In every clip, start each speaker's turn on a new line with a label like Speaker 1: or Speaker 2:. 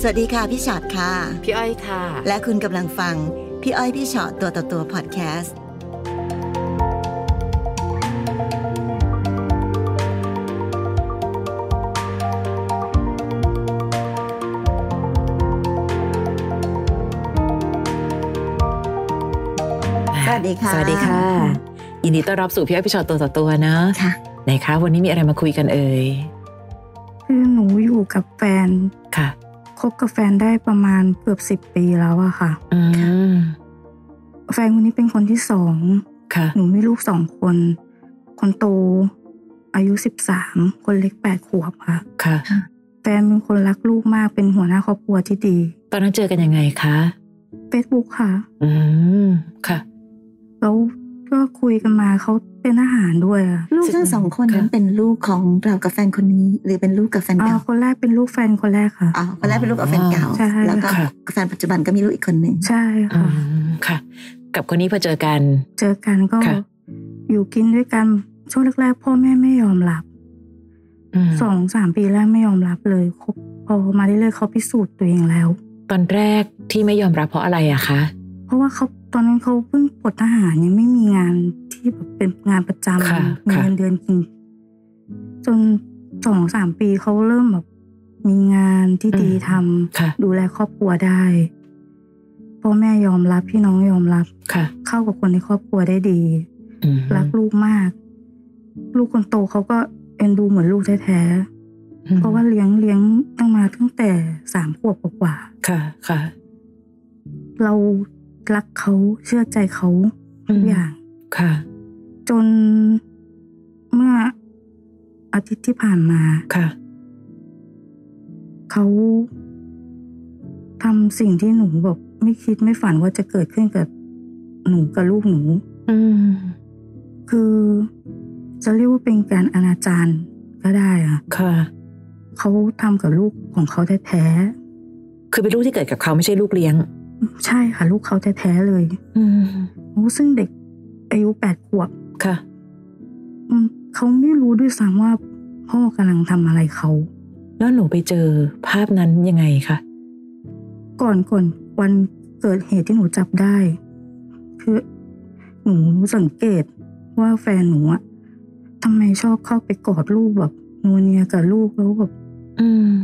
Speaker 1: สวัสดีค่ะ พี่ชอตค่ะ
Speaker 2: พี่อ้อยค่ะ
Speaker 1: และคุณกำลังฟัง พี่อ้อยพี่ชอตตัวต่อตัวพอดแคสต์ สวัสดีค่ะ
Speaker 2: สวัสดีค่ะยินดีต้อนรับสู่พี่อ้อยพี่ชอตตัวต่อตัวนะ
Speaker 3: ค่ะ
Speaker 2: ไหนคะวันนี้มีอะไรมาคุยกันเอ่ย
Speaker 3: คือหนูอยู่กับแฟน
Speaker 2: ค่ะ
Speaker 3: คบกับแฟนได้ประมาณเกือบสิบ10 ปีแล้วอะค่ะ
Speaker 2: อืม
Speaker 3: แฟนคนนี้เป็นคนที่สอง
Speaker 2: ค่ะ
Speaker 3: หนูมีลูกสองคน คนโต อายุสิบสามคนเล็กแปดขวบค่ะ
Speaker 2: ค่ะ
Speaker 3: แฟนเป็นคนรักลูกมากเป็นหัวหน้าครอบครัวที่ดี
Speaker 2: ตอนนั้นเจอกันยังไงคะ
Speaker 3: Facebook ค่ะ
Speaker 2: อืมค่ะ
Speaker 3: แล้วก็คุยกันมาเขาเป็นอาหารด้วยอะ
Speaker 4: ลูกทั้งสองคนนั้น
Speaker 2: ค่ะ
Speaker 4: เป็นลูกของเรากับแฟนคนนี้ หรือเป็นลูกกับแฟน
Speaker 3: อ่า
Speaker 4: เก่า
Speaker 3: คนแรกเป็นลูกแฟนคนแรกค่ะ
Speaker 4: อ๋อคนแรกเป็นลูกกับแฟนเก่า
Speaker 3: ใช่
Speaker 4: แล้วก็
Speaker 2: ค่ะ
Speaker 4: แฟนปัจจุบันก็มีลูกอีกคนหนึ่ง
Speaker 3: ใช่
Speaker 2: อื
Speaker 3: ค่ะ
Speaker 2: มค่ะ กับคนนี้พอเจอกัน
Speaker 3: เจอกันก็
Speaker 2: ค่ะ
Speaker 3: อยู่กินด้วยกันช่วงแรกๆพ่อแม่ไม่ยอมรับ
Speaker 2: ม
Speaker 3: สองสามปีแรกไม่ยอมรับเลยคบพอมาเรื่อยๆเขาพิสูจน์ตัวเองแล้ว
Speaker 2: ตอนแรกที่ไม่ยอมรับเพราะอะไรอะคะ
Speaker 3: เพราะว่าเขาตอนนั้นเขาเพิ่งปลดทหารยังไม่มีงานที่แบบเป็นงานประจำ
Speaker 2: ค่ะ
Speaker 3: มี
Speaker 2: ค่ะ
Speaker 3: เงินเดือนกินจนสองสามปีเขาเริ่มแบบมีงานที่ดีทำ
Speaker 2: ค่ะ
Speaker 3: ดูแลครอบครัวได้พ่อแม่ยอมรับพี่น้องยอมรับ
Speaker 2: ค่ะ
Speaker 3: เข้ากับคนในครอบครัวได้ดี
Speaker 2: อืม
Speaker 3: รักลูกมาก ลูกคนโตเขาก็เอ็นดูเหมือนลูกแท้ๆ
Speaker 2: อืม
Speaker 3: เพราะว่าเลี้ยงเลี้ยงตั้งมาตั้งแต่สามขวบกว่า
Speaker 2: ค่ะค่ะ
Speaker 3: ๆเรารักเขาเชื่อใจเขาทุกอย่าง
Speaker 2: ค่ะ
Speaker 3: จนเมื่ออาทิตย์ที่ผ่านมา
Speaker 2: ค่ะ
Speaker 3: เขาทำสิ่งที่หนูแบบไม่คิดไม่ฝันว่าจะเกิดขึ้นกับหนูกับลูกหนู
Speaker 2: อืม
Speaker 3: คือจะเรียกว่าเป็นการอนาจารก็ได้อะ
Speaker 2: ค่ะ
Speaker 3: เขาทำกับลูกของเขาแท้
Speaker 2: คือเป็นลูกที่เกิดกับเขาไม่ใช่ลูกเลี้ยง
Speaker 3: ๆใช่ค่ะลูกเขาแท้ๆเลย
Speaker 2: อืม
Speaker 3: โอ้ซึ่งเด็กอายุแปดขวบ
Speaker 2: ค่ะ
Speaker 3: อืมเขาไม่รู้ด้วยซ้ำว่าพ่อกำลังทำอะไรเขา
Speaker 2: แล้วหนูไปเจอภาพนั้นยังไงคะ
Speaker 3: ก่อนก่อนวันเกิดเหตุที่หนูจับได้ คือหนูสังเกตว่าแฟนหนูอะทำไมชอบเข้าไปกอดลูกแบบนูเนียกับลูกแล้วแบบ
Speaker 2: อืม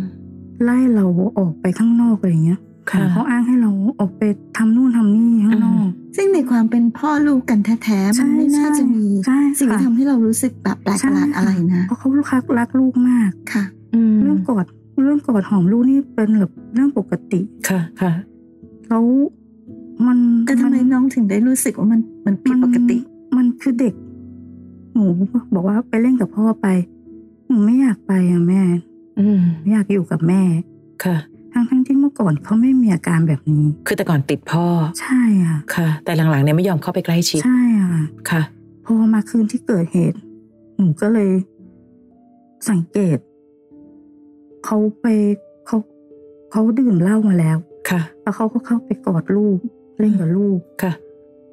Speaker 3: ไล่เราออกไปข้างนอกอะไรอย่างเงี้ย
Speaker 2: ค่ะ
Speaker 3: เขาอ้างให้เราออกไปทำนู่นทำนี่ข้างนอก
Speaker 4: ซึ่งในความเป็นพ่อลูกกันแท้ๆ มันไม่
Speaker 3: ใช่
Speaker 4: น่าจะมี
Speaker 3: ใช่ค่ะ
Speaker 4: สิ่งที่ทำให้เรารู้สึกแบบแปลกประหลาด
Speaker 3: ใช่ค่ะ
Speaker 4: อะไรนะ
Speaker 3: เพราะเขารักรักลูกมาก
Speaker 4: ค่ะ
Speaker 2: อืม
Speaker 3: เรื่องกอดเรื่องกอดหอมลูกนี่เป็นแบบเรื่องปกติ
Speaker 2: ค่ะ ค่ะ
Speaker 3: แล้วมัน
Speaker 4: แต่ทำไม
Speaker 3: มัน
Speaker 4: น้องถึงได้รู้สึกว่ามันมันผิดปกติ
Speaker 3: มันมันคือเด็ก หนูบอกว่าไปเล่นกับพ่อไป หนูไม่อยากไปอะแม่
Speaker 2: อืม
Speaker 3: ไม่อยากอยู่กับแม่
Speaker 2: ค่ะ
Speaker 3: ทั้งทั้งๆที่เมื่อก่อนเขาไม่มีอาการแบบนี้
Speaker 2: คือแต่ก่อนติดพ่อ
Speaker 3: ใช่อ่ะ
Speaker 2: ค่ะ แต่หลังๆเนี่ยไม่ยอมเข้าไปใกล้ชิด
Speaker 3: ใช่อ่ะ
Speaker 2: ค่ะ
Speaker 3: พอมาคืนที่เกิดเหตุ หนูก็เลย สังเกต เขาไปเขาเขาดื่มเหล้ามาแล้ว
Speaker 2: ค่ะ
Speaker 3: แล้วเขาก็เข้าไปกอดลูก เล่นกับลูก
Speaker 2: ค่ะ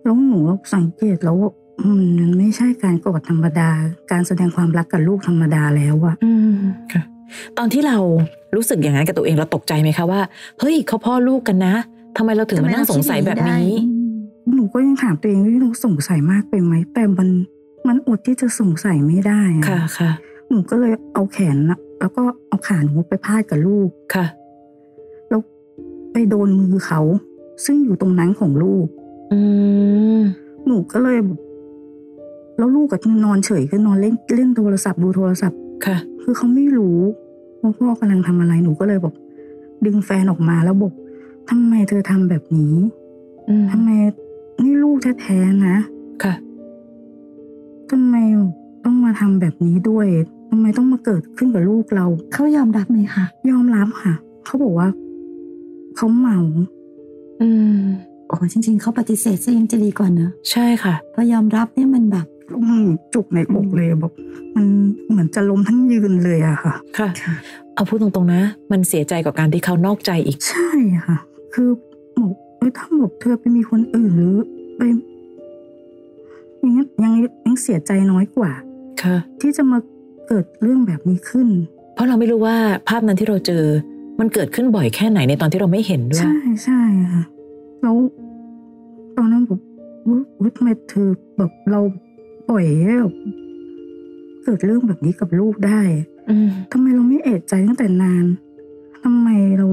Speaker 3: แล้วหนูสังเกตแล้วว่าอืมมันไม่ใช่การกอดธรรมดา การแสดงความรักกับลูกธรรมดาแล้วอะ
Speaker 2: อืม ค่ะ ตอนที่เรารู้สึกอย่างนั้นกับตัวเองเราตกใจไหมคะว่า เฮ้ยเขาพ่อลูกกันนะทำไมเราถึงมานั่งสงสัยแบบนี้
Speaker 3: หนูก็ยังถามตัวเองว่าหนูสงสัยมากไปไหมแต่มันมันอดที่จะสงสัยไม่ได้อ
Speaker 2: ค่ะ ค่ะ
Speaker 3: หนูก็เลยเอาแขนนะแล้วก็เอาขาหนูไปพาดกับลูก
Speaker 2: ค่ะ
Speaker 3: แล้วไปโดนมือเขา ซึ่งอยู่ตรงนั้นของลูก
Speaker 2: อืม
Speaker 3: หนูก็เลยแบบแล้วลูกก็นอนเฉยก็นอนเล่นเล่นโทรศัพท์ดูโทรศัพท์
Speaker 2: ค่ะ
Speaker 3: คือเขาไม่รู้ว่าพ่อกำลังทำอะไรหนูก็เลยบอกดึงแฟนออกมาแล้วบอกทำไมเธอทำแบบนี้
Speaker 2: อืม
Speaker 3: ทำไมนี่ลูกแท้ๆนะ
Speaker 2: ค่ะ
Speaker 3: ทำไมต้องมาทำแบบนี้ด้วยทำไมต้องมาเกิดขึ้นกับลูกเรา
Speaker 4: เขายอมรับไหมคะ
Speaker 3: ยอมรับค่ะ เขาบอกว่าเขาเมา
Speaker 2: อืม
Speaker 4: โอ้จริง ๆเขาปฏิเสธซะยังจะดีกว่าเนอะ
Speaker 2: ใช่ค่ะ
Speaker 4: เพราะยอมรับเนี่ยมันแบบ
Speaker 3: อืมจุกในอกเลยบอกมันเหมือนจะล้มทั้งยืนเลยอะค่ะ
Speaker 2: ค่ะ เอาพูดตรงๆนะ มันเสียใจกับการที่เขานอกใจอีก
Speaker 3: ใช่ค่ะ คือบอกเอ้ยถ้าบอกเธอไปมีคนอื่นหรือไปอย่างนี้นยังยังเสียใจน้อยกว่า
Speaker 2: ค่ะ
Speaker 3: ที่จะมาเกิดเรื่องแบบนี้ขึ้น
Speaker 2: เพราะเราไม่รู้ว่าภาพนั้นที่เราเจอ มันเกิดขึ้นบ่อยแค่ไหนในตอนที่เราไม่เห็นด้วย
Speaker 3: ใช่ใช่ค่ะแล้วตอนนั้นผมอุ๊ยอุ๊ยทำไมเธอแบบเราปล่อยให้แบบเกิดเรื่องแบบนี้กับลูกได้
Speaker 2: อืม
Speaker 3: ทำไมเราไม่เอะใจตั้งแต่นาน ทำไมเรา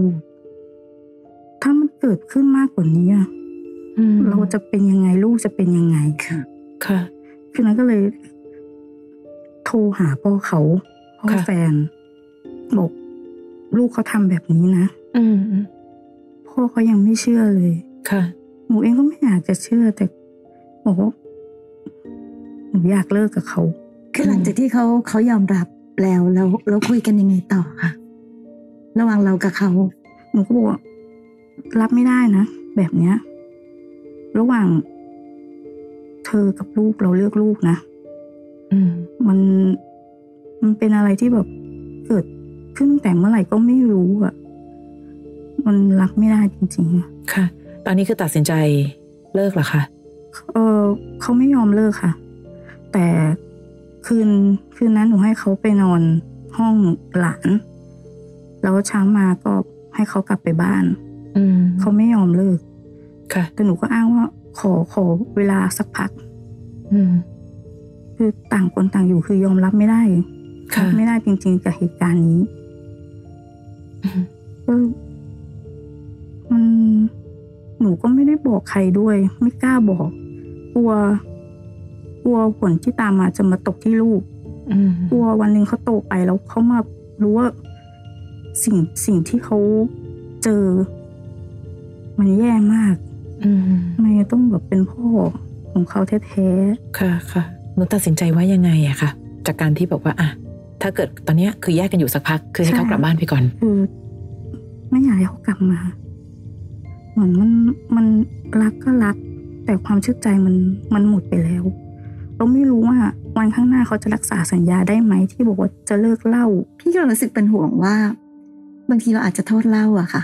Speaker 3: ถ้ามันเกิดขึ้นมากกว่านี้อะ
Speaker 2: อืม
Speaker 3: เราจะเป็นยังไงลูกจะเป็นยังไง
Speaker 4: ค่ะ
Speaker 2: ค่ะ
Speaker 3: คืนนั้นก็เลย โทรหาพ่อเขาพ่อ
Speaker 2: ค่ะ
Speaker 3: แฟน บอกลูกเขาทำแบบนี้นะ
Speaker 2: อืมอืม
Speaker 3: พ่อเขายังไม่เชื่อเลย
Speaker 2: ค่ะ
Speaker 3: หนูเองก็ไม่อยากจะเชื่อแต่บอกว่าหนูอยากเลิกกับเขา
Speaker 4: คือหลังจากที่เขาเขายอมรับแล้วแล้วแล้วคุยกันยังไงต่อค่ะ ระหว่างเรากับเขา
Speaker 3: หนูก็บอกว่ารับไม่ได้นะ แบบเนี้ย ระหว่าง เธอกับลูกเราเลือกลูกนะ
Speaker 2: อืม
Speaker 3: มันมันเป็นอะไรที่แบบเกิดขึ้นแต่เมื่อไหร่ก็ไม่รู้อะมันรับไม่ได้จริงๆอะ
Speaker 2: ค่ะ ตอนนี้คือตัดสินใจเลิกเหรอคะ
Speaker 3: เออเขาไม่ยอมเลิกค่ะ แต่คืนคืนนั้นหนูให้เขาไปนอนห้องหลาน แล้วเช้ามาก็ให้เขากลับไปบ้าน
Speaker 2: อืม
Speaker 3: เขาไม่ยอมเลิก
Speaker 2: ค่ะ
Speaker 3: แต่หนูก็อ้างว่าขอขอเวลาสักพัก
Speaker 2: อืม
Speaker 3: คือต่างคนต่างอยู่คือยอมรับไม่ได้
Speaker 2: ค่ะ
Speaker 3: รับไม่ได้จริง ๆ กับเหตุการณ์นี้
Speaker 2: อืม
Speaker 3: ก็มันหนูก็ไม่ได้บอกใครด้วย ไม่กล้าบอก กลัว กลัวผลที่ตามมาจะมาตกที่ลูก
Speaker 2: อืม
Speaker 3: กลัววันหนึ่งเขาโตไปแล้วเขามารู้ว่าสิ่งสิ่งที่เขาเจอ มันแย่มาก
Speaker 2: อืม
Speaker 3: ทำไมต้องแบบเป็นพ่อของเขาแท้ๆ
Speaker 2: ค่ะค่ะหนูตัดสินใจว่ายังไงอะค่ะ จากการที่บอกว่าอ่ะถ้าเกิดตอนเนี้ยคือแยกกันอยู่สักพัก คือให้เขา
Speaker 3: ใช่
Speaker 2: กลับบ้านไปก่อน
Speaker 3: คือไม่อยากให้เขากลับมา เหมือนมันมันรักก็รัก แต่ความเชื่อใจมันมันหมดไปแล้ว เราไม่รู้ว่าวันข้างหน้าเขาจะรักษาสัญญาได้ไหมที่บอกว่าจะเลิกเหล่า
Speaker 4: พี่ก็รู้สึกเป็นห่วงว่า บางทีเราอาจจะโทษเหล้าอะค่ะ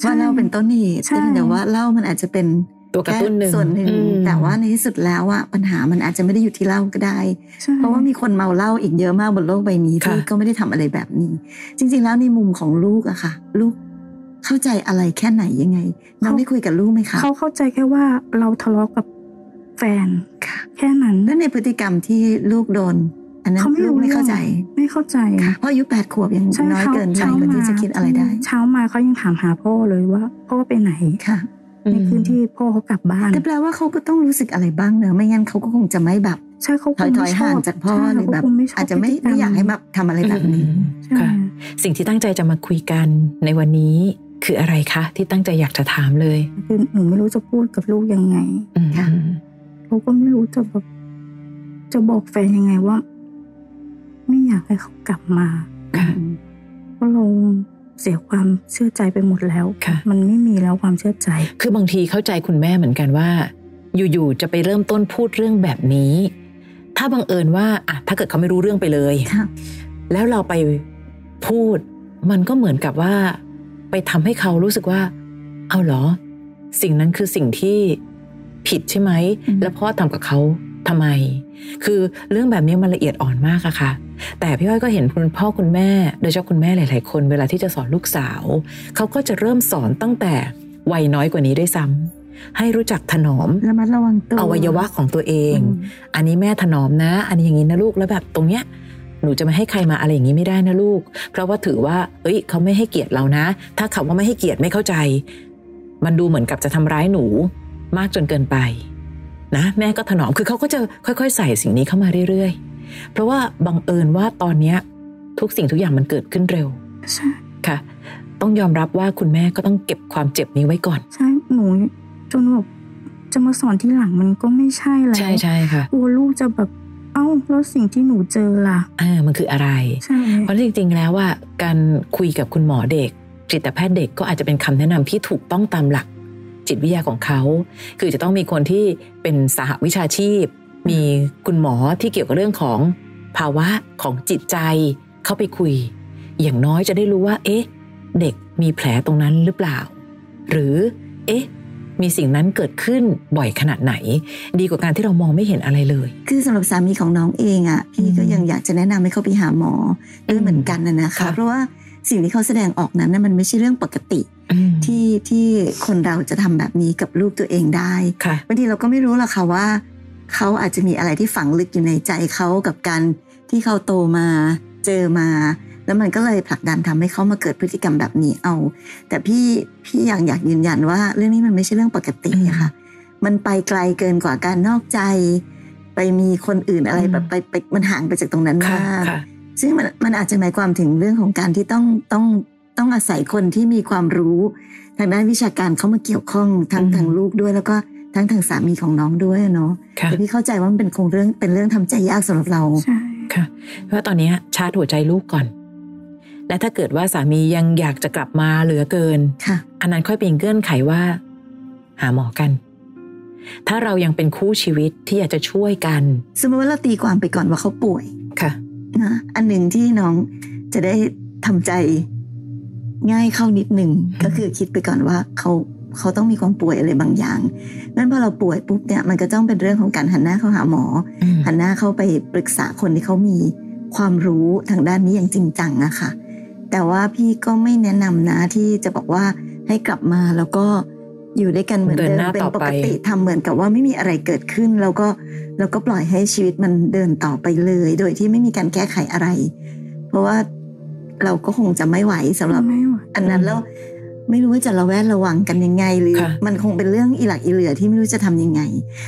Speaker 3: ใช่
Speaker 4: ว่าเหล้าเป็นต้นเหตุ
Speaker 3: ใช่
Speaker 4: แต่เพียงแต่ว่าเหล้ามันอาจจะเป็น
Speaker 2: ตัวกระ
Speaker 4: แค่
Speaker 2: ตุ้นหนึ่ง
Speaker 4: ส่วนหนึ่ง
Speaker 2: อืม
Speaker 4: แต่ว่าในที่สุดแล้วอะปัญหามันอาจจะไม่ได้อยู่ที่เหล้าก็ได้
Speaker 3: ใช่
Speaker 4: เพราะว่ามีคนเมาเหล้าอีกเยอะมากบนโลกใบนี้
Speaker 2: ค่ะ
Speaker 4: ที่ก็ไม่ได้ทำอะไรแบบนี้ จริง ๆ แล้วในมุมของลูกอะค่ะ ลูกเข้าใจอะไรแค่ไหนยังไงน้องได้คุยกับลูกไหมคะ
Speaker 3: เขาเข้าใจแค่ว่าเราทะเลาะกับแฟน
Speaker 4: ค่ะ
Speaker 3: แค่นั้น
Speaker 4: แล้วในพฤติกรรมที่ลูกโดน อันนั้น
Speaker 3: เขาไม่
Speaker 4: ลู
Speaker 3: รู้
Speaker 4: กไม่เข้า
Speaker 3: เรื่อง
Speaker 4: ใจ
Speaker 3: ไม่เข้าใจ
Speaker 4: ค่ะเพราะอายุแปดขวบยัง
Speaker 3: ใช่
Speaker 4: น้อย
Speaker 3: เขา
Speaker 4: เกินไป
Speaker 3: เช้าก
Speaker 4: ว่า
Speaker 3: มา
Speaker 4: ที่จะคิดอะไรได้
Speaker 3: เช้ามาเขายังถามหาพ่อเลยว่า พ่อไปไหน
Speaker 4: ค่ะ
Speaker 3: ในคืนที่พ่อเขากลับบ้าน
Speaker 4: แต่แปลว่าเขาก็ต้องรู้สึกอะไรบ้างเนอะไม่งั้นเขาก็คงจะไม่แบบ
Speaker 3: ใช่เขาค
Speaker 4: ถอง ยถ
Speaker 3: ไม่
Speaker 4: อย
Speaker 3: ช
Speaker 4: ห่า
Speaker 3: องบ
Speaker 4: จากพ่อ
Speaker 3: ใช่
Speaker 4: หรือ
Speaker 3: เขา
Speaker 4: แบบ
Speaker 3: คงไม่ชอบ
Speaker 4: อาจจะไม่
Speaker 3: พฤติรร
Speaker 4: ไม่อยากให้แบบทำอะไรแบบนี้
Speaker 3: ใช่
Speaker 2: ค่ะ สิ่งที่ตั้งใจจะมาคุยกันในวันนี้คืออะไรคะ ที่ตั้งใจอยากจะถามเลย
Speaker 3: คือหนูไม่รู้จะพูดกับลูกยังไง
Speaker 2: อืม
Speaker 4: ค่ะ
Speaker 3: เขาก็ไม่รู้จะแบบจะบอกแฟนยังไงว่า ไม่อยากให้เขากลับมา
Speaker 2: ค่ะ
Speaker 3: เพราะเราเสียความเชื่อใจไปหมดแล้ว
Speaker 2: ค่ะ
Speaker 3: มันไม่มีแล้วความเชื่อใจ
Speaker 2: คือบางทีเข้าใจคุณแม่เหมือนกันว่า อยู่ๆจะไปเริ่มต้นพูดเรื่องแบบนี้ ถ้าบังเอิญว่าอ่ะถ้าเกิดเขาไม่รู้เรื่องไปเลย
Speaker 4: ค่ะ
Speaker 2: แล้วเราไปพูด มันก็เหมือนกับว่า ไปทำให้เขารู้สึกว่า เอาเหรอ สิ่งนั้นคือสิ่งที่ผิดใช่ไหม
Speaker 4: อืม
Speaker 2: แล้วพ่อทำกับเขาทำไม คือเรื่องแบบนี้มันละเอียดอ่อนมากอะค่ะ แต่พี่อ้อยก็เห็นคุณพ่อคุณแม่ โดยเฉพาะคุณแม่หลาย ๆ คนเวลาที่จะสอนลูกสาว เขาก็จะเริ่มสอนตั้งแต่วัยน้อยกว่านี้ด้วยซ้ำให้รู้จักถนอม
Speaker 4: ระมัดระวังตัว
Speaker 2: อวัยวะของตัวเอง
Speaker 4: ม
Speaker 2: อันนี้แม่ถนอมนะ อันนี้อย่างนี้นะลูกแล้วแบบตรงเนี้ยหนูจะไม่ให้ใครมาอะไรอย่างนี้ไม่ได้นะลูก เพราะว่าถือว่า เอ้ย เขาไม่ให้เกียรติเรานะ ถ้าคำว่าไม่ให้เกียรติไม่เข้าใจ มันดูเหมือนกับจะทำร้ายหนูมากจนเกินไป นะ แม่ก็ถนอมคือเขาก็จะค่อย ๆ ใส่สิ่งนี้เข้ามาเรื่อยๆ เพราะว่าบังเอิญว่าตอนเนี้ยทุกสิ่งทุกอย่างมันเกิดขึ้นเร็ว
Speaker 3: ใช่
Speaker 2: ค่ะ ต้องยอมรับว่าคุณแม่ก็ต้องเก็บความเจ็บนี้ไว้ก่อน
Speaker 3: ใช่หนูจนแบบจะมาสอนที่หลังมันก็ไม่ใช่แล้ว
Speaker 2: ใช่ใช่ค่ะ
Speaker 3: กลัวลูกจะแบบ เอ้าแล้วสิ่งที่หนูเจอล่ะ
Speaker 2: อ่ามันคืออะไร
Speaker 3: ใช่
Speaker 2: เพราะจริงๆ แล้วว่าการคุยกับคุณหมอเด็ก จิตแพทย์เด็กก็อาจจะเป็นคำแนะนำที่ถูกต้องตามหลัก จิตวิทยาของเขา คือจะต้องมีคนที่เป็นสหวิชาชีพ มีคุณหมอที่เกี่ยวกับเรื่องของภาวะของจิตใจเข้าไปคุย อย่างน้อยจะได้รู้ว่า เอ๊ะ เด็กมีแผลตรงนั้นหรือเปล่า หรือ เอ๊ะ มีสิ่งนั้นเกิดขึ้นบ่อยขนาดไหน ดีกว่าการที่เรามองไม่เห็นอะไรเลย
Speaker 4: คือสำหรับสามีของน้องเองอ่ะพี่ก็
Speaker 2: อืม
Speaker 4: ยังอยากจะแนะนำให้เขาไปหาหมอด้วยเหมือนกันนะนะ
Speaker 2: ครั
Speaker 4: คะ
Speaker 2: บ
Speaker 4: เพราะว่า สิ่งที่เขาแสดงออกนั้นน่ะมันไม่ใช่เรื่องปกติ
Speaker 2: อืม
Speaker 4: ที่ที่คนเราจะทำแบบนี้กับลูกตัวเองได้
Speaker 2: ค่ะ
Speaker 4: บางทีเราก็ไม่รู้หรอกค่ะว่า เขาอาจจะมีอะไรที่ฝังลึกอยู่ในใจเขากับการที่เขาโตมาเจอมา แล้วมันก็เลยผลักดันทำให้เขามาเกิดพฤติกรรมแบบนี้เอา แต่พี่พี่อยากอยากยืนยันว่า เรื่องนี้มันไม่ใช่เรื่องปกติอะค่ะ มันไปไกลเกินกว่าการนอกใจ ไปมีคนอื่นอะไร
Speaker 2: อืม
Speaker 4: แบบไปไปมันห่างไปจากตรงนั้น
Speaker 2: ค่ะ
Speaker 4: มาก
Speaker 2: ค่ะ
Speaker 4: ซึ่งมันมันอาจจะหมายความถึงเรื่องของการที่ต้องต้องต้องอาศัยคนที่มีความรู้ทางด้านวิชาการเข้ามาเกี่ยวข้องทั้ง
Speaker 2: อืม
Speaker 4: ทางลูกด้วย แล้วก็ทั้งทางสามีของน้องด้วยอะเนาะ
Speaker 2: ค่ะ
Speaker 4: แต่พี่เข้าใจว่ามันเป็นคงเรื่องเป็นเรื่องทำใจยากสำหรับเรา
Speaker 3: ใช่
Speaker 2: ค่ะเพราะว่าตอนนี้ชาร์จหัวใจลูกก่อน และถ้าเกิดว่าสามียังอยากจะกลับมาเหลือเกิน
Speaker 4: ค่ะ
Speaker 2: อันนั้นค่อยเป็นเงื่อนไขว่า หาหมอกัน ถ้าเรายังเป็นคู่ชีวิตที่อยากจะช่วยกัน
Speaker 4: สมมติว่าเราตีความไปก่อนว่าเขาป่วย
Speaker 2: ค่ะ
Speaker 4: นะอันหนึ่งที่น้องจะได้ทำใจง่ายเข้านิดหนึ่ง
Speaker 2: อืม
Speaker 4: ก็คือคิดไปก่อนว่าเขาเขาต้องมีความป่วยอะไรบางอย่างนั้นพอเราป่วยปุ๊บเนี่ยมันก็ต้องเป็นเรื่องของการหันหน้าเข้าหาหมอ
Speaker 2: อืม
Speaker 4: หันหน้าเข้าไปปรึกษาคนที่เขามีความรู้ทางด้านนี้อย่างจริงจังอะค่ะ แต่ว่าพี่ก็ไม่แนะนำนะที่จะบอกว่าให้กลับมาแล้วก็อยู่ด้วยกันเหมือนเดิมเป็นปกติทำเหมือนกับว่าไม่มีอะไรเกิดขึ้น แล้วก็แล้วก็ปล่อยให้ชีวิตมันเดินต่อไปเลย โดยที่ไม่มีการแก้ไขอะไร เพราะว่าเราก็คงจะไม่ไหวสำหรับ
Speaker 3: ไม่ไหว
Speaker 4: อันนั้นแล้วไม่รู้ว่าจะระแวดระวังกันยังไงหรือ
Speaker 2: ค่ะ
Speaker 4: มันคงเป็นเรื่องอีหลักอีเหลือที่ไม่รู้จะทำยังไง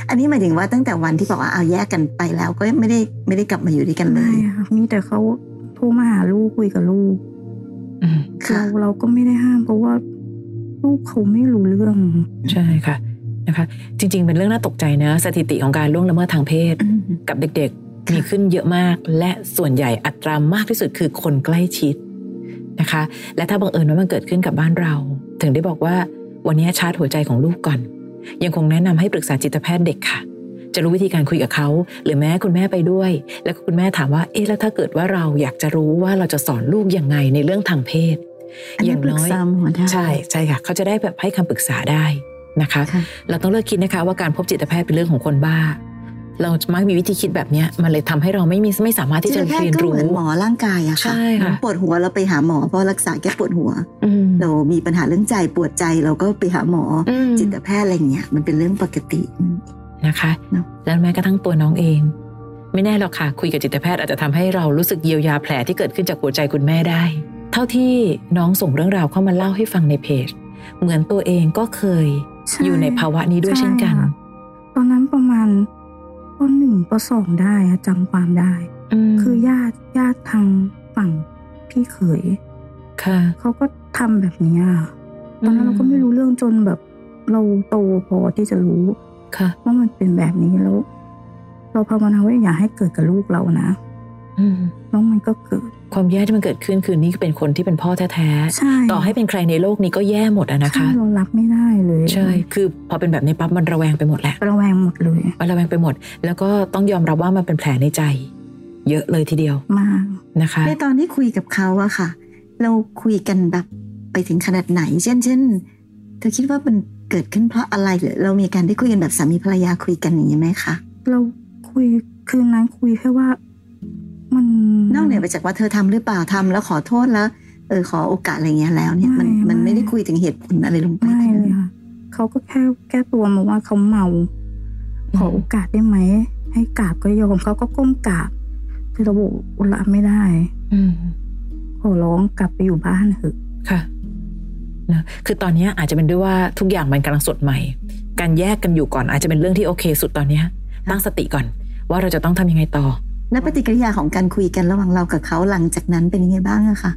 Speaker 4: อันนี้หมายถึงว่าตั้งแต่วันที่บอกว่าเอาแยกกันไปแล้วก็ไม่ได้ไม่ได้กลับมาอยู่ด้วยกันเล
Speaker 3: ไม่
Speaker 4: ย
Speaker 3: ค่ะมีแต่เขาโทรมาหาลูกคุยกับลูก
Speaker 2: อืม
Speaker 4: ค่ะ
Speaker 3: เราเราก็ไม่ได้ห้ามเพราะว่า ลูกเขาไม่รู้เรื่อง
Speaker 2: ใช่ค่ะนะคะ จริง ๆ เป็นเรื่องน่าตกใจนะ สถิติของการล่วงละเมิดทางเพศ กับเด็กๆ
Speaker 4: ค่ะ
Speaker 2: มีขึ้นเยอะมาก และส่วนใหญ่อัตรามากที่สุดคือคนใกล้ชิดนะคะ และถ้าบังเอิญว่ามันเกิดขึ้นกับบ้านเรา ถึงได้บอกว่าวันนี้ชาร์จหัวใจของลูกก่อน ยังคงแนะนำให้ปรึกษาจิตแพทย์เด็กค่ะ จะรู้วิธีการคุยกับเขา หรือแม้คุณแม่ไปด้วย แล้วก็คุณแม่ถามว่า เอ๊ะแล้วถ้าเกิดว่าเราอยากจะรู้ว่าเราจะสอนลูกยังไงในเรื่องทางเพศ
Speaker 4: อันนี้ปรึกษาหมอได้
Speaker 2: ใช่ใช่ค่ะเขาจะได้แบบให้คำปรึกษาได้นะคะ
Speaker 4: ค่ะ
Speaker 2: เราต้องเลิกคิดนะคะว่าการพบจิตแพทย์เป็นเรื่องของคนบ้า เรามักมีวิธีคิดแบบเนี้ยมันเลยทำให้เราไม่มีไม่สามารถที่จะ
Speaker 4: จิตแพท
Speaker 2: เรีย
Speaker 4: ย์
Speaker 2: น
Speaker 4: ก็
Speaker 2: รู้
Speaker 4: เหมือนหมอร่างกายอะค่ะ
Speaker 2: ใช่ค่ะ
Speaker 4: ปวดหัวเราไปหาหมอเพราะรักษาแก้ปวดหัว
Speaker 2: อืม
Speaker 4: เรามีปัญหาเรื่องใจปวดใจเราก็ไปหาหมออ
Speaker 2: อืม
Speaker 4: จิตแพทย์อะไรอย่างเงี้ยมันเป็นเรื่องปกติ
Speaker 2: นะคะ
Speaker 4: เนอะ
Speaker 2: แล้วแม้กระทั่งตัวน้องเอง ไม่แน่หรอกค่ะคุยกับจิตแพทย์อาจจะทำให้เรารู้สึกเยียวยาแผลที่เกิดขึ้นจากหัวใจคุณแม่ได้ เท่าที่น้องส่งเรื่องราวเข้ามาเล่าให้ฟังในเพจ เหมือนตัวเองก็เคย
Speaker 3: ใช่
Speaker 2: อยู่ในภาวะนี้ด้วยเช่นกัน
Speaker 3: ใค่ะตอนนั้นประมาณปหนึ่งปสองได้อะจำความได้
Speaker 2: อืม
Speaker 3: คือญาติญาติทางฝั่งพี่เขย
Speaker 2: ค่ะ
Speaker 3: เขาก็ทำแบบเนี้ยค่ะตอนนั้นเราก็ไม่รู้เรื่องจนแบบ เราโตพอที่จะรู้
Speaker 2: ค่ะ
Speaker 3: ว่ามันเป็นแบบนี้แล้ว เราภาวนาว่าอย่าให้เกิดกับลูกเรานะ
Speaker 2: อืม
Speaker 3: แล้วมันก็เกิด
Speaker 2: ความแย่ที่มันเกิดขึ้นคือนี่เป็นคนที่เป็นพ่อแท้ๆ
Speaker 3: ใช่
Speaker 2: ต่อให้เป็นใครในโลกนี้ก็แย่หมดอะนะคะ
Speaker 3: ใช่เรารับไม่ได้เลย
Speaker 2: ใช่ คือพอเป็นแบบนี้ปั๊บมันระแวงไปหมดแหละ
Speaker 3: ระแวงหมดเลย
Speaker 2: มันระแวงไปหมด แล้วก็ต้องยอมรับว่ามันเป็นแผลในใจ เยอะเลยทีเดียว
Speaker 3: มาก
Speaker 2: นะคะ
Speaker 4: ในตอนที่คุยกับเขาอะค่ะ เราคุยกันแบบไปถึงขนาดไหน เช่นเช่นเธอคิดว่ามันเกิดขึ้นเพราะอะไรหรือเรามีการได้คุยกันแบบสามีภรรยาคุยกันอย่างนี้ไหมคะ
Speaker 3: เราคุยคืนนั้นคุยแค่ว่า มัน
Speaker 4: นอกเหนือไปจากว่าเธอทำหรือเปล่าทำแล้วขอโทษแล้วเออขอโอกาสอะไรเงี้ยแล้วเนี่ยมันมันไม่ได้คุยถึงเหตุผลอะไรลงไป
Speaker 3: ไม่
Speaker 4: ทั้ง
Speaker 3: เล
Speaker 4: นั้น
Speaker 3: ยค่ะเขาก็แค่แก้ตัวมาว่าเขาเมา
Speaker 2: อืม
Speaker 3: ขอโอกาสได้ไหม ให้กราบก็ยอมเขาก็ก้มกราบคือระบุรับไม่ได้
Speaker 2: อืม
Speaker 3: ขอร้องกลับไปอยู่บ้านเถอะ
Speaker 2: ค่ะนะคือตอนนี้อาจจะเป็นด้วยว่าทุกอย่างมันกำลังสดใหม่ การแยกกันอยู่ก่อนอาจจะเป็นเรื่องที่โอเคสุดตอนเนี้ย
Speaker 4: ค่ะ
Speaker 2: ตั้งสติก่อน ว่าเราจะต้องทำยังไงต่อ
Speaker 4: แล้วปฏิกิริยาของการคุยกันระหว่างเรากับเขาหลังจากนั้นเป็นยังไงบ้างอะคะ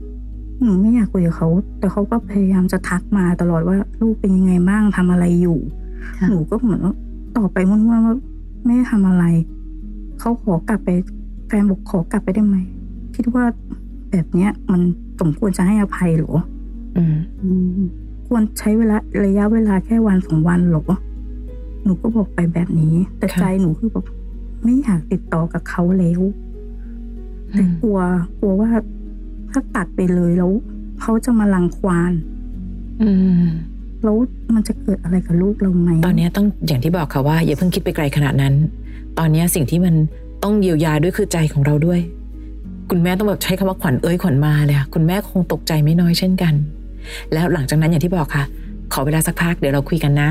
Speaker 3: หนูไม่อยากคุยกับเขา แต่เขาก็พยายามจะทักมาตลอดว่าลูกเป็นยังไงบ้างทำอะไรอยู่
Speaker 4: ค่ะ
Speaker 3: หนูก็เหมือนว่าตอบไปมั่วๆว่าไม่ได้ทำอะไร เขาขอกลับไปแฟนบอกขอกลับไปได้ไหม คิดว่าแบบเนี้ยมันสมควรจะให้อภัยเหรอ
Speaker 2: อืม
Speaker 4: อืม
Speaker 3: ควรใช้เวลาระยะเวลาแค่วันสองวันเหรอ หนูก็บอกไปแบบนี้ แต่ใจหนูคือแบบไม่อยากติดต่อกับเขาแล้ว
Speaker 2: อืม
Speaker 3: กลัวกลัวว่าถ้าตัดไปเลยแล้วเขาจะมาลังควาน
Speaker 2: อืม
Speaker 3: แล้วมันจะเกิดอะไรกับลูกเราไหม
Speaker 2: ตอนนี้ต้องอย่างที่บอกค่ะว่า อย่าเพิ่งคิดไปไกลขนาดนั้น ตอนนี้สิ่งที่มันต้องเยียวยาด้วยคือใจของเราด้วย คุณแม่ต้องแบบใช้คำว่าขวัญเอ้ยขวัญมาเลยค่ะคุณแม่คงตกใจไม่น้อยเช่นกัน แล้วหลังจากนั้นอย่างที่บอกค่ะ ขอเวลาสักพักเดี๋ยวเราคุยกันนะ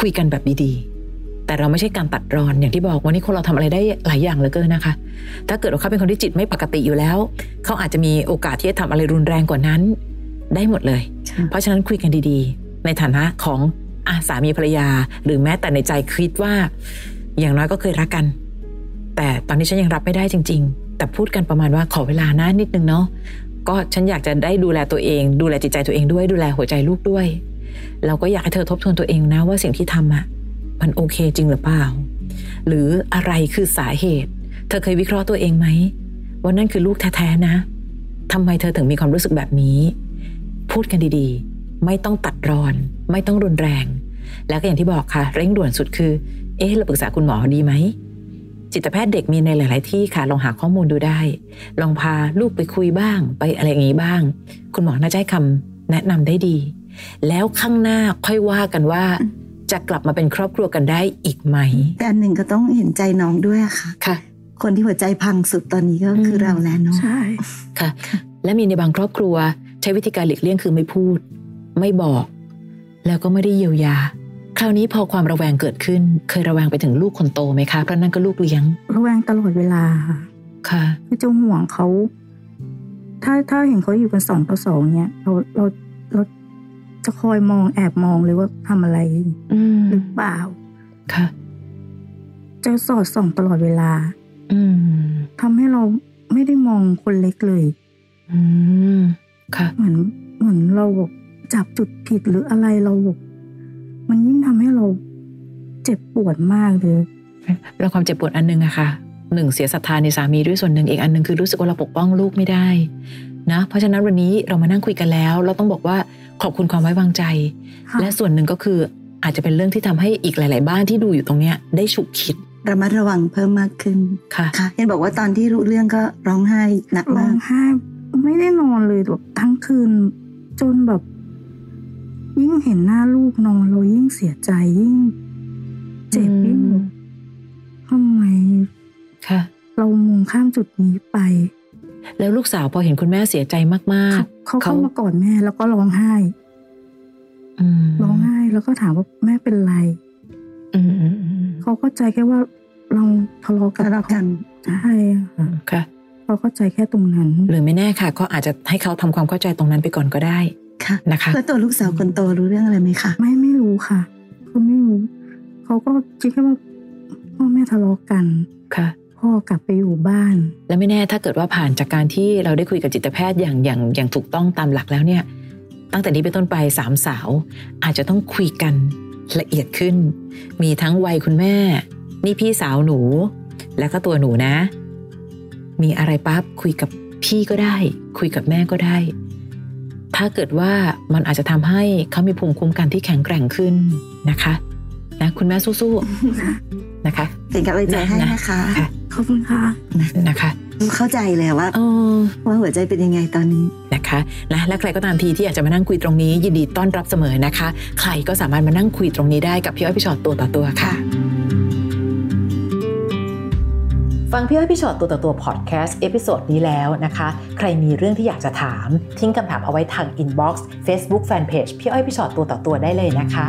Speaker 2: คุยกันแบบดีๆ แต่เราไม่ใช่การตัดรอนอย่างที่บอกวันนี้คนเราทำอะไรได้หลายอย่างเหลือเกินนะคะ ถ้าเกิดว่าเขาเป็นคนที่จิตไม่ปกติอยู่แล้ว เขาอาจจะมีโอกาสที่จะทำอะไรรุนแรงกว่านั้น ได้หมดเลย เพราะฉะนั้นคุยกันดีๆ ในฐานะของอะสามีภรรยา หรือแม้แต่ในใจคิดว่า อย่างน้อยก็เคยรักกัน แต่ตอนนี้ฉันยังรับไม่ได้จริง ๆ แต่พูดกันประมาณว่าขอเวลานะนิดนึงเนาะก็ฉันอยากจะได้ดูแลตัวเอง ดูแลจิตใจตัวเองด้วยดูแลหัวใจลูกด้วย เราก็อยากให้เธอทบทวนตัวเองนะว่าสิ่งที่ทำอะมันโอเคจริงหรือเปล่า หรืออะไรคือสาเหตุ เธอเคยวิเคราะห์ตัวเองไหมว่านั่นคือลูกแท้ๆนะทำไมเธอถึงมีความรู้สึกแบบนี้ พูดกันดีๆ ไม่ต้องตัดรอน ไม่ต้องรุนแรง แล้วก็อย่างที่บอกค่ะ เร่งด่วนสุดคือ เอ๊ะเราปรึกษาคุณหมอดีไหม จิตแพทย์เด็กมีในหลาย ๆ ที่ค่ะ ลองหาข้อมูลดูได้ ลองพาลูกไปคุยบ้าง ไปอะไรอย่างนี้บ้าง คุณหมอน่าจะให้คำแนะนำได้ดี แล้วข้างหน้าค่อยว่ากันว่า จะกลับมาเป็นครอบครัวกันได้อีกไหม
Speaker 4: แต่อันหนึ่งก็ต้องเห็นใจน้องด้วยอะค่ะ
Speaker 2: ค่ะ
Speaker 4: คนที่หัวใจพังสุดตอนนี้ก็คืออ
Speaker 2: ม
Speaker 4: เราแล้วเนาะ
Speaker 3: ใช่
Speaker 2: ค่ะ และมีในบางครอบครัว ใช้วิธีการหลีกเลี่ยงคือไม่พูด ไม่บอก แล้วก็ไม่ได้เยียวยา คราวนี้พอความระแวงเกิดขึ้น เคยระแวงไปถึงลูกคนโตไหมคะเพราะนั่นก็ลูกเลี้ยง
Speaker 3: ระแวงตลอดเวลาค่ะ
Speaker 2: ค่ะ
Speaker 3: คือจะห่วงเขา ถ้าถ้าเห็นเขาอยู่กันสองต่อสองเนี่ยเราเราเราจะคอยมองแอบมองเลยว่าทำอะไร
Speaker 2: อืม
Speaker 3: หรือเปล่า
Speaker 2: ค่ะ
Speaker 3: จะสอดส่องตลอดเวลา
Speaker 2: อืม
Speaker 3: ทำให้เราไม่ได้มองคนเล็กเลย
Speaker 2: อืมค่ะ
Speaker 3: เหมือนเหมือนเราแบบจับจุดผิดหรืออะไรเราแบบมันยิ่งทำให้เราเจ็บปวดมากเลย
Speaker 2: แล้วความเจ็บปวดอันหนึงอะค่ะหนึ่งเสียศรัทธาในสามีด้วยส่วนหนึ่งอีกอันหนึงคือรู้สึกว่าเราปกป้องลูกไม่ได้นะเพราะฉะนั้นวันนี้เรามานั่งคุยกันแล้ว เราต้องบอกว่าขอบคุณความไว้วางใจ
Speaker 3: ค่ะ
Speaker 2: และส่วนหนึ่งก็คืออาจจะเป็นเรื่องที่ทำให้อีกหลาย ๆ บ้านที่ดูอยู่ตรงเนี้ยได้ฉุกคิด
Speaker 4: ระมัดระวังเพิ่มมากขึ้น
Speaker 2: ค่ะ
Speaker 4: ค่ะเห็นบอกว่าตอนที่รู้เรื่องก็ร้องไห้หนัก
Speaker 3: ร้
Speaker 4: มา
Speaker 3: อ
Speaker 4: งก
Speaker 3: ไห้ไม่ได้นอนเลยแบบทั้งคืน จนแบบ ยิ่งเห็นหน้าลูกนอนเรายิ่งเสียใจยิ่ง เจ็บ
Speaker 2: อืม
Speaker 3: ยิ่งแบบทำไม
Speaker 2: ค่ะ
Speaker 3: เรามองข้ามจุดนี้ไป
Speaker 2: แล้วลูกสาวพอเห็นคุณแม่เสียใจมาก
Speaker 3: เขา
Speaker 2: เขา
Speaker 3: เข้ามากอดแม่แล้วก็ร้องไห้
Speaker 2: ๆอืม
Speaker 3: ร้องไห้แล้วก็ถามว่าแม่เป็นไร
Speaker 2: อืมอืมอืม
Speaker 3: เขาเข้าใจแค่ว่าเราทะเลาะกับ
Speaker 4: ทะเลาะกัน
Speaker 3: ใช่
Speaker 2: อื
Speaker 3: ค่ะ
Speaker 2: มค่ะ
Speaker 3: เขาเข้าใจแค่ตรงนั้น
Speaker 2: หรือไม่แน่ค่ะ ก็อาจจะให้เขาทำความเข้าใจตรงนั้นไปก่อนก็ได้
Speaker 4: ค่ะ
Speaker 2: นะคะ
Speaker 4: แล้วตัวลูกสาวคนโตรู้เรื่องอะไรไหมคะ
Speaker 3: ไม่ไม่รู้ค่ะเขาไม่รู้เขาก็คิดแค่ว่าพ่อแม่ทะเลาะกัน
Speaker 2: ค่ะ
Speaker 3: พ่อกลับไปอยู่บ้าน
Speaker 2: และไม่แน่ถ้าเกิดว่าผ่านจากการที่เราได้คุยกับจิตแพทย์อย่างอย่างอย่างถูกต้องตามหลักแล้วเนี่ย ตั้งแต่นี้เป็นต้นไปสามสาว อาจจะต้องคุยกันละเอียดขึ้น มีทั้งวัยคุณแม่ นี่พี่สาวหนู และก็ตัวหนูนะ มีอะไรปั๊บคุยกับพี่ก็ได้ คุยกับแม่ก็ได้ ถ้าเกิดว่ามันอาจจะทำให้เขามีภูมิคุ้มกันที่แข็งแกร่งขึ้นนะคะนะคุณแม่สู้ๆนะคะ
Speaker 4: เป็นกำลังใจให้นะคะ
Speaker 2: ค่ะ
Speaker 3: ขอบคุณค่ะ
Speaker 2: นะคะ
Speaker 4: เข้าใจเลยว่า
Speaker 2: เออ
Speaker 4: ว่าหัวใจเป็นยังไงตอนนี้
Speaker 2: นะคะนะและใครก็ตามทีที่อยากจะมานั่งคุยตรงนี้ ยินดีต้อนรับเสมอนะคะ ใครก็สามารถมานั่งคุยตรงนี้ได้กับพี่อ้อยพี่ชอตตัวต่อตัวค่ะ ฟังพี่อ้อยพี่ชอตตัวต่อตัวพอดแคสต์เอพิโซดนี้แล้วนะคะ ใครมีเรื่องที่อยากจะถาม ทิ้งคำถามเอาไว้ทางอินบ็อกซ์เฟซบุ๊กแฟนเพจพี่อ้อยพี่ชอตตัวต่อตัวได้เลยนะคะ